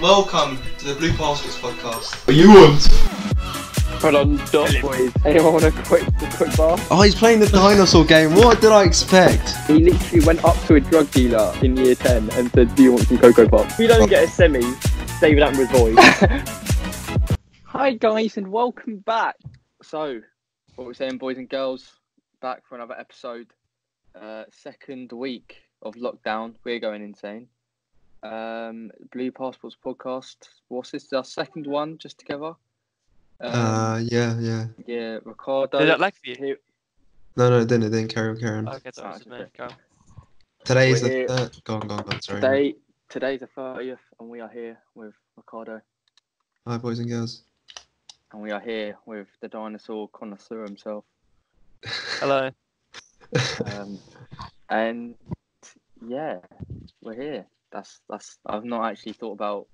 Welcome to the Blue Passports podcast. What you want? Hold on, dot boys. Anyone want a quick, a quick bar? Oh, he's playing the dinosaur game. What did I expect? He literally went up to a drug dealer in year 10 and said, Do you want some Cocoa Pop? If you don't get a semi, David Attenborough's voice. Hi, guys, and welcome back. So, what we're saying, boys and girls, back for another episode. Uh, second week of lockdown. We're going insane. Um, Blue Passports podcast. What's this? Our second one just together. Um, Uh, yeah, yeah. yeah, Ricardo. Did that lag for you? Here- No, no, it didn't. It didn't. Carry on, carry on. Okay, that was okay. me. Go. Today is we're- the third. Go on, go on, go on. Sorry. Today, today's the thirtieth, and we are here with Ricardo, Hi, boys and girls. and we are here with the dinosaur connoisseur himself. Hello. Um, and yeah, we're here. That's that's. I've not actually thought about.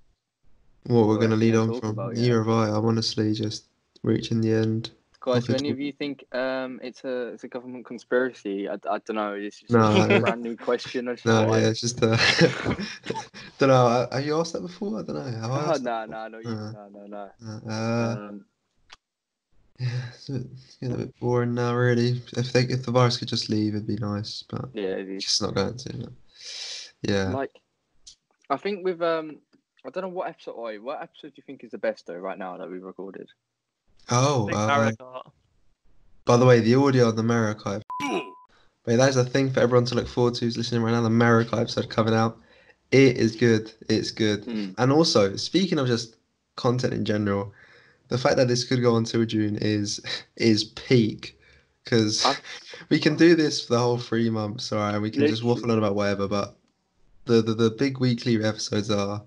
What we're Well, going to that's lead what I on talk from? about, yeah. Neither have I. I'm honestly just reaching the end. Guys, do Okay, any of you think um, it's a it's a government conspiracy? I, I don't know. This is No, just I- a brand new question. I just No, thought yeah, I'd- it's just. Uh, don't know. Uh, Have you asked that before? I don't know. Have I Oh, asked that no, no, no, you- Uh, no, no, no. before? Uh, Um, yeah, it's, a bit, it's getting a bit boring now, really. If they, if the virus could just leave, it'd be nice, but yeah, it is. it's just not going to. is it? Yeah. Like, I think with um, I don't know what episode. Oi, what episode do you think is the best though right now that we've recorded? Oh, Big uh, Mario Kart. By the way, the audio on the Mario Archive. Wait, that is a thing for everyone to look forward to who's listening right now. The Mario Archive episode coming out. It is good. It's good. And also, speaking of just content in general, the fact that this could go on till June is is peak. Because I- we can do this for the whole three months, all right? We can just waffle on about whatever, but the, the, the big weekly episodes are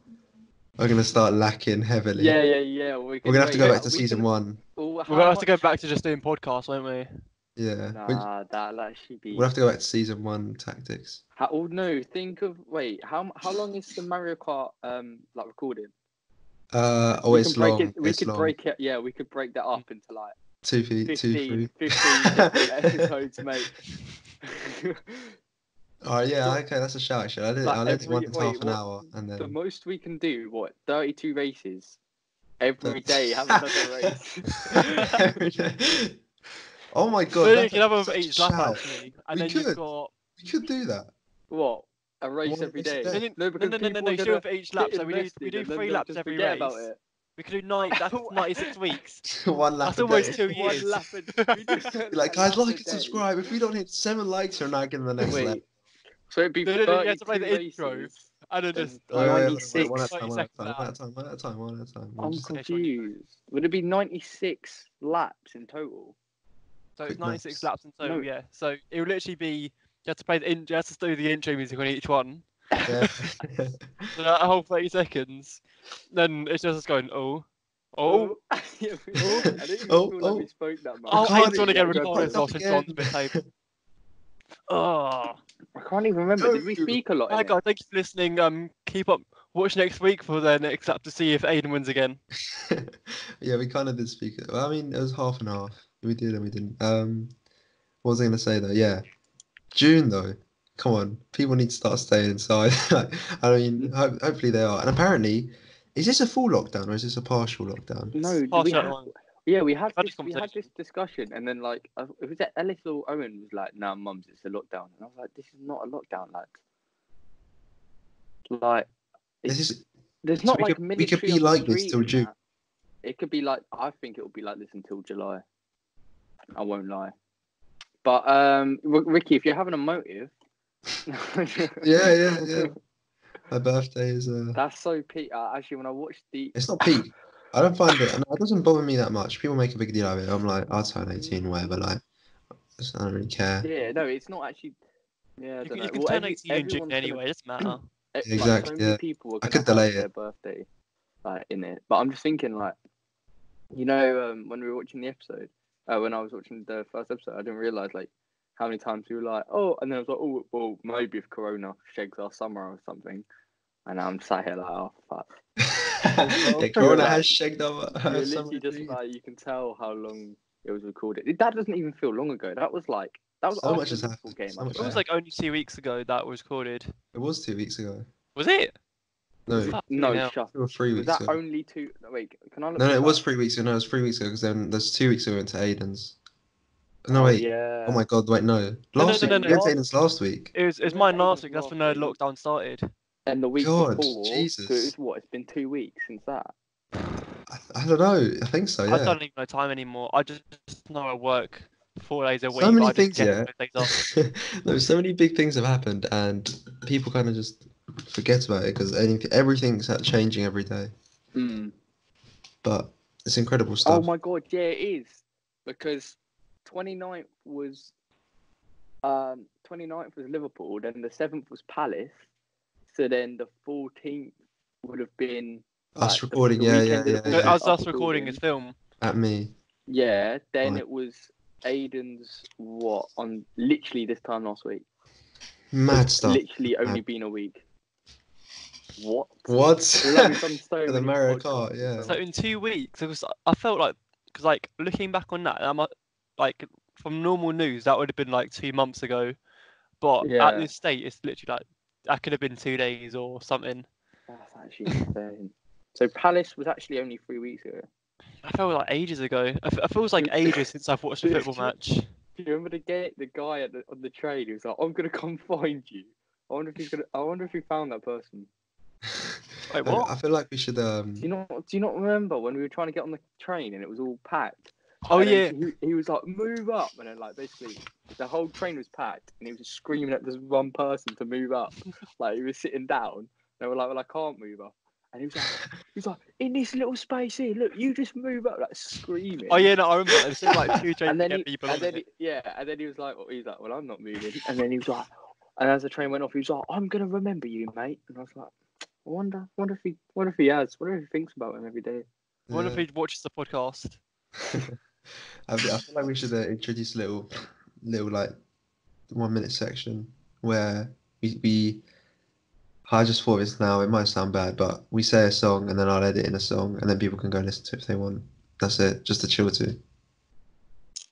are going to start lacking heavily. Yeah, yeah, yeah. We We're can going to have to wait, go wait, back to we season can- one. Oh, how We're gonna have to go much- back to just doing podcasts, won't we? Yeah. We- Nah, that'll actually be. We'll have to go back to season one tactics. How, oh no! Think of wait. How how long is the Mario Kart um like recording? Uh, oh, We it's can break long. It, we it's could long. break it. Yeah, we could break that up into like two feet, two 15, feet. 15 different episodes, mate. Oh yeah, okay, that's a shout. Actually, I did. Like I did every- one that's wait, half an what- hour, and the then most we can do what thirty two races every That- day. Have another race. Every day. oh my god, So you that's can have one such for a each lap shout. actually, and We then you've could. got We could do that. What? A race One every race a day? day. no, no, no, no, no, no, people are you do gonna it for each get lap. So we do we invested do and then three they'll laps just every forget race. We could do nine. That's Oh, ninety six weeks. one lap. That's a almost day. two One years. lap a- we just do Like, a guys, like lap a and day. subscribe. If we don't hit seven likes, we're not getting the next lap. Wait. So it'd be No, no, no, you have 32 to play the intro. races. And then Then just Oh, Wait, wait, wait, wait, 96, One at a time. 90 One at a seconds time. One at a time. One at a time. One at a time. We'll I'm just- finish on confused. Would it be 96 laps in total? So it's Quick ninety six maths. laps in total. No. Yeah. So it would literally be you have to play the in, you have to do the intro music on each one. yeah. So that whole thirty seconds. Then it's just going oh, oh. yeah, we- oh, I didn't even Oh, feel like oh. we spoke that much. I Oh, I can't just want to get even- recorded Go off back and John's bit table. Oh I can't even remember. Did we No. speak a lot? in my it? god! Thank you for listening. Um, keep up. Watch next week for the next lap to see if Aiden wins again. yeah, we kind of did speak. Well, I mean, it was half and half. We did and we didn't. Um, what was I gonna say though? Yeah, June though. Come on, people need to start staying inside. Like, I mean, Mm-hmm. ho- hopefully they are. And apparently, is this a full lockdown or is this a partial lockdown? No, did Pass we that have- along. Yeah, we had had this, this we had this discussion, and then like I, it was that Ellis or Owen was like, "No, nah, mums, it's a lockdown," and I was like, "This is not a lockdown, lads. Like, This is there's So not we like could- we military could be on the like this street till and June. that. It could be like I think it will be like this until July. I won't lie, but um, R- Ricky, if you're having a motive, yeah, yeah, yeah. My birthday is uh, That's so Pete. uh, Actually, when I watched the it's not peak. I don't find it. It doesn't bother me that much. People make a big deal out of it. I'm like, I'll turn 18, whatever. Like, I don't really care. yeah, no, it's not actually. Yeah, I don't You can, know. you can Well, turn every- 18 in everyone's June gonna anyway. It doesn't matter. It- Exactly, Like, so many yeah. people are I gonna could delay have it. Their birthday, like in it. But I'm just thinking, like, you know, um, when we were watching the episode, uh, when I was watching the first episode, I didn't realize like how many times we were like, oh, and then I was like, oh, well, maybe if Corona shakes our summer or something. And I'm sat here like, oh fuck. yeah, Corona has shagged over. You're over some literally of just these. like you can tell how long it was recorded. That doesn't even feel long ago. That was like that was So after much has the happened. Liverpool game. So I much It think. was like only two weeks ago that was recorded. It was two weeks ago. Was it? No, No, Yeah. shut. two or three Was weeks that ago. only two? Wait, can I look? No, no, this it up? was three weeks ago. No, it was three weeks ago because then there's two weeks ago we went to Aiden's. No, Oh, wait. yeah. Oh my god, wait, no. No, no, Last no, week. no, We no. went to Aiden's last week. It was, it was Yeah, mine that was last week. That's when the last week. lockdown started. And the week God, before. Jesus. So it was what? It's been two weeks since that. I, I don't know. I think so, I Oh, yeah. don't even know time anymore. I just know I work four days a week. So many I just things, get yeah. those days off. no, so many big things have happened, and people kind of just forget about it because everything's ha- changing every day. But it's incredible Oh stuff. my god, yeah, it is. Because 29th was um 29th was Liverpool, then the 7th was Palace. So then the 14th would have been Us like, the- recording, the yeah, yeah, weekend yeah. of the So yeah. weekend. as us Up recording this recording. film, At me. yeah, then Right. it was Aiden's what on literally this time last week. So Mad it's stuff. Literally only been a week. What? What? Although we've done so With many America, podcasts yeah. as So well. in two weeks, it was. I felt like because like looking back on that, I'm uh, like from normal news that would have been like two months ago, but Yeah. at this state, it's literally like that could have been two days or something. That's actually insane. So Palace was actually only three weeks ago. I felt like ages ago. I f- it feels like ages since I've watched a football match. Do you remember the guy, the guy at the, on the train who was like, "I'm gonna come find you." I wonder if he's gonna. I wonder if he found that person. Wait, I- what? I feel like we should. Um, Do you not? Do you not remember when we were trying to get on the train and it was all packed? Oh And yeah, then He, he was like, "Move up," and then like basically the whole train was packed, and he was just screaming at this one person to move up. like he was sitting down. They were like, "Well, I can't move up." And he was like, he was like, in this little space here, look, you just move up, like screaming. oh yeah. No, I remember. that. It's just like two trains and then, to get he, people and on then it. he, yeah, and then he was like, well, he's like, well, I'm not moving. And then he was like, and as the train went off, he was like, I'm gonna remember you, mate. And I was like, I wonder, wonder if he, wonder if he has, wonder if he thinks about him every day. I wonder yeah. if he watches the podcast. I, feel- I feel like we should uh, introduce a little, little like one minute section where we, we I just thought of this now. It might sound bad, but we say a song and then I'll edit in a song and then people can go listen to it if they want. That's it. Just a chill to.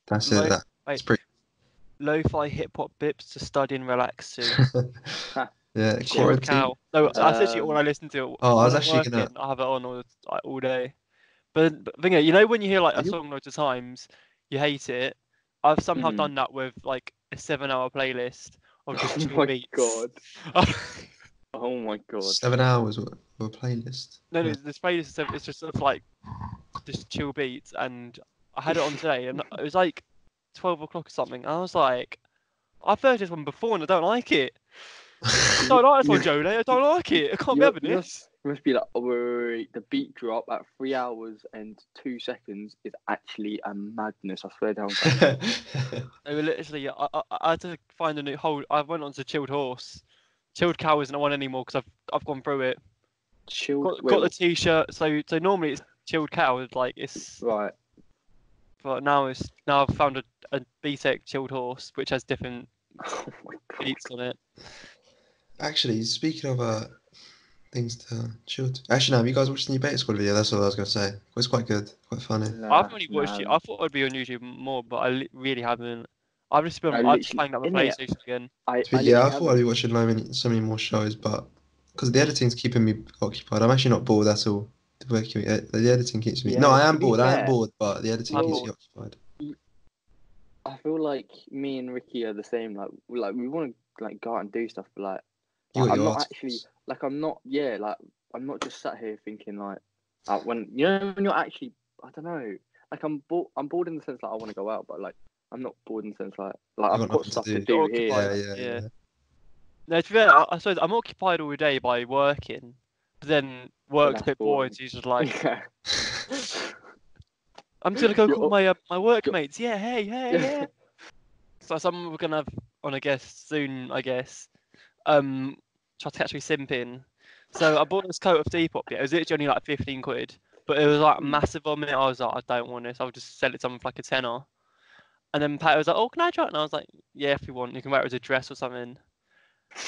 That's Like- it. That, that's pretty. Lo-fi hip hop bips to study and relax to. yeah. Shit, Quarantine. cow. No, that's literally all Um, I listen to. Oh, I was When I'm actually gonna- working, I have it on all, like, all day. But, but the thing is, you know when you hear like Are a you- song loads of times, you hate it. I've somehow Mhm. done that with like a seven-hour playlist of just Oh two my beats. god. no, Oh my god. Seven hours of a playlist. no, this playlist is sev- it's just sort of like just chill beats, and I had it on today, and it was like twelve o'clock or something. And I was like, I've heard this one before, and I don't like it. I don't like this one, Joe. I don't like it. I can't be You're- having you're- this. It must be like, oh, wait, wait, wait, the beat drop at three hours and two seconds is actually a madness. I swear down. They were literally. I, I, I had to find a new whole. I went on to chilled horse. Chilled cow isn't one anymore because I've I've gone through it. Chill. Got, wait, got the t-shirt. So so normally it's chilled cow. Like it's. Right. But now it's now I've found a a BTEC chilled horse which has different Oh my god. beats on it. Actually, speaking of uh, things to chill to. Actually, no, have you guys watched the new Beta Squad video? That's all I was going to say. It was quite good, quite funny. I Nah, haven't really watched it. nah. I thought I'd be on YouTube more, but I li- really haven't. I've just been. I I'm just literally- playing up the innit? PlayStation again. I, To be- I yeah, I literally thought I'd be watching so many, so many more shows, but because the editing's keeping me occupied, I'm actually not bored at all. The, work, the the editing keeps me. Yeah, no, I am to be bored. I am fair- bored, but the editing I'm keeps me bored. occupied. I feel like me and Ricky are the same. Like, we- like we want to like go out and do stuff, but like, You like, got I'm your not articles. actually like I'm not. Yeah, like I'm not just sat here thinking like, like when you know when you're actually I don't know. Like I'm bored. I'm bored in the sense like I want to go out, but like I'm not bored in the sense like like You've got I've got nothing to stuff to do. do, You're here. occupied. Yeah, yeah, yeah. Yeah. No, to be fair, I, I suppose I'm occupied all day by working. But then work's a that's bit boring. boring. So you're just like. Yeah. I'm just gonna go You're call all- my uh, my workmates. Yeah, hey, hey, yeah. so someone we're gonna have on a guest soon, I guess. Um, try to catch me simping. So I bought this coat of Depop. Yeah, it was literally only like fifteen quid, but it was like Hmm. massive on me. I was like, I don't want this. I'll just sell it to someone for like a tenner. And then Pat was like, Oh, can I try it? And I was like, Yeah, if you want, you can wear it as a dress or something.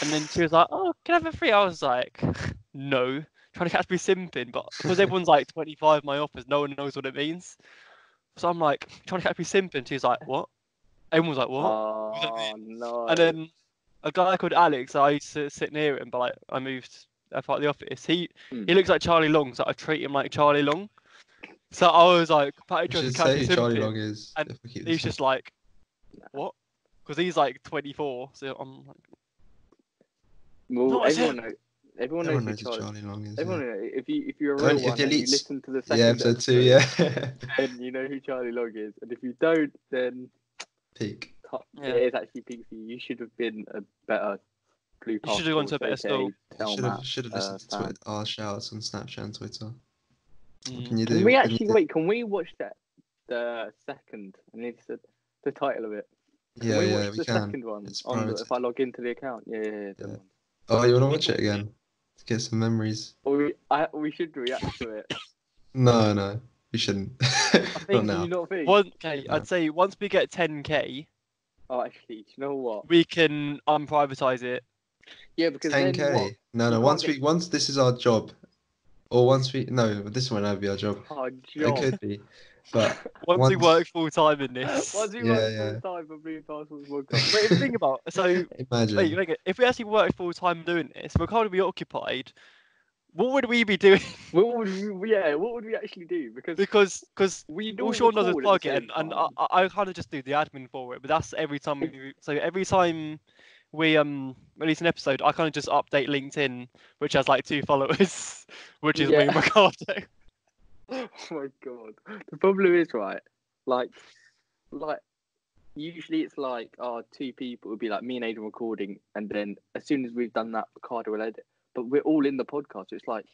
And then she was like, Oh, can I have a free? I was like, No. Trying to catch me simping, but because everyone's like 25 my offers, no one knows what it means. So I'm like trying to catch me simping. She's like, what? Everyone's like, what? Oh no. and then a guy called Alex, I used to sit near him, but like I moved a part of the office. He Hmm. he looks like Charlie Long, so I treat him like Charlie Long. So I was like, Patrick You tries should to catch say his Charlie sympathy. Long is. and if we keep He's this just like, what? Because he's like 24, so I'm like, Well, No, I said- everyone, knows, Everyone everyone, knows knows who who Charlie. Charlie Long is. Everyone, yeah. knows- if you if you're a Only real if one, the and you elites- listen to the Yeah, second episode two, yeah. then you know who Charlie Log is, and if you don't, then Peak. cut- Yeah. it is actually peak for you. You should have been a better blue. You should have gone to a better school. Should have should have listened to uh, Twitter, our shouts on Snapchat and Twitter. What mm. can you do? Can we What can you actually do? wait? Can we watch that the second? I need to, the title of it. Can Yeah, we yeah, watch we the can. second one. It's On the, private. if I log into the account, yeah, yeah, yeah. then Yeah. one. Oh, you want to watch it again? To get some memories. Or we, I, we should react to it. No, no, we shouldn't. Not Think, do now. you not think? One, okay, Yeah. I'd say once we get 10k, Oh, actually, do you know what? we can unprivatize it. Yeah, because Ten then what? k. No, no. can't Once get- we, once this is our job, or once we, no, but this will never be our job. Oh, It job. could be, but Once, we Once- work full time in this. Why do you Yeah, work yeah. full time for Blue Parcels podcast? But if you think about it, so imagine. wait, wait, if we actually work full time doing this, we're kind of be occupied. What would we be doing? what would we, yeah, what would we actually do? Because because because we do all Sean does is plug it, and, and uh, and I, I- I kind of just do the admin for it. But that's every time we so every time we um release an episode, I kind of just update LinkedIn, which has like two followers, which is me and Yeah. Ricardo. oh my god, the problem is right, like, like usually it's like our two people would be like me and Aidan recording, and then as soon as we've done that, Ricardo will edit. But we're all in the podcast. so It's like.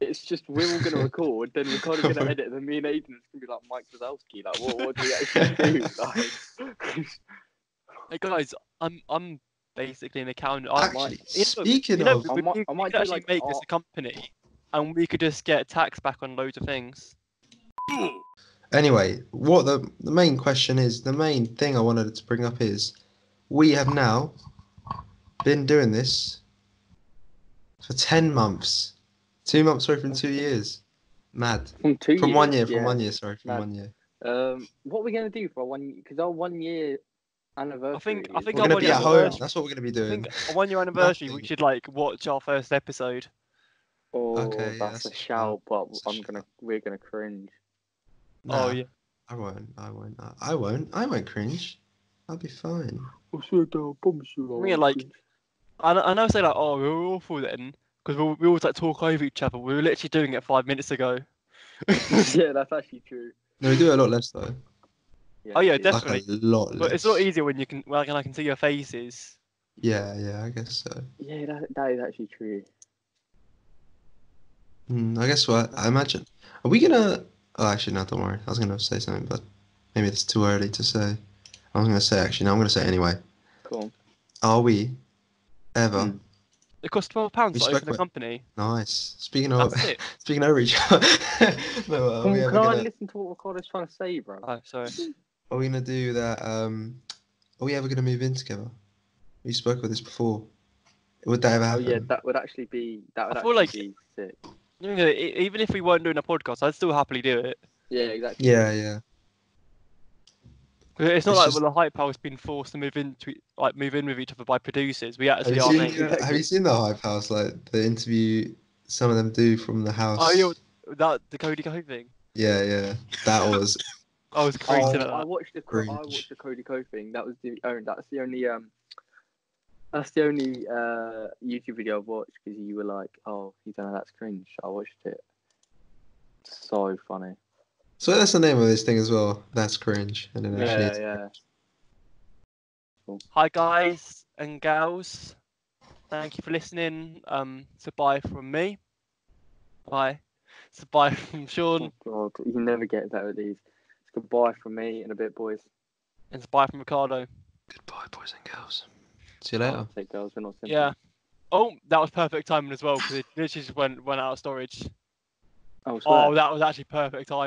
It's just we're all gonna record, then Ricardo's gonna edit, then me and Aidan's gonna be like Mike Wazowski, like what, what do we actually do? Like, Hey guys, I'm I'm basically an accountant. I might, Actually, you know, speaking you know, of, I we, might- we- I we might could do, actually like, make this art. a company, and we could just get tax back on loads of things. Anyway, what the the main question is, the main thing I wanted to bring up is, we have now been doing this for ten months, two months away from two years, mad. from two From years, one year, from yeah. one year, sorry, from Mad. one year. Um, what are we gonna do for our one? Because our one year anniversary. I is- think We're I gonna want be it at to home. work. That's what we're gonna be I doing. think on one year anniversary, we Nothing. should like watch our first episode. Oh, Okay, yeah, that's that's a a shout, but That's a I'm gonna we're gonna cringe. Oh Nah, yeah, I won't. I won't. I- I won't. I won't cringe. I'll be fine. Yeah, like- I know- I know. I say like, oh, we were awful then, because we, we always like talk over each other. We were literally doing it five minutes ago. yeah, that's actually true. No, we do a lot less though. Yeah, Oh, yeah, it is. definitely. Like a lot less. But it's a lot easier when you can well, and I can see your faces. Yeah, yeah. I guess so. Yeah, that, that is actually true. Hmm, I guess what I imagine. Are we gonna? Oh, actually, no. Don't worry. I was gonna say something, but maybe it's too early to say. I was gonna say actually. No, I'm gonna say it anyway. Cool. Are we ever Hmm. It costs twelve pounds We to spoke open the about- company. nice? Speaking of That's it. speaking of each other. no, are Can, we ever can I Oh, gonna? listen to what Ricardo's trying to say, bro? Oh, sorry. Are we gonna do that? Um, are we ever gonna move in together? We spoke about this before. Would that ever oh happen? yeah, that would actually be that would I actually feel like- be sick. You know, e- even if we weren't doing a podcast, I'd still happily do it. Yeah, exactly. yeah, yeah. 'Cause It's not It's like just- well, the hype house been forced to move into like move in with each other by producers. We Have actually you, are. seen, making- mate. have you seen the hype house? Like the interview some of them do from the house. Oh, yeah, that the Cody Co thing. Yeah, yeah. That was I was Oh, cringing at I that. watched the I Cringe. watched the Cody Co thing. That was the oh, that's the only um that's the only uh YouTube video I've watched because you were like, oh, you don't know that's cringe. I watched it. So funny. so. That's the name of this thing as well. That's cringe. And then actually, Yeah, it's- yeah. Hi guys and gals. Thank you for listening. Um, it's a bye from me. Bye. It's a bye from Sean. Oh, God, you never get better at these. It's goodbye from me in a bit, boys. It's a bye from Ricardo. Goodbye, boys and girls. See you later. Take girls, we're not simple. Yeah. Oh, that was perfect timing as well because it literally just went went out of storage. Oh, swear. Oh, that was actually perfect timing.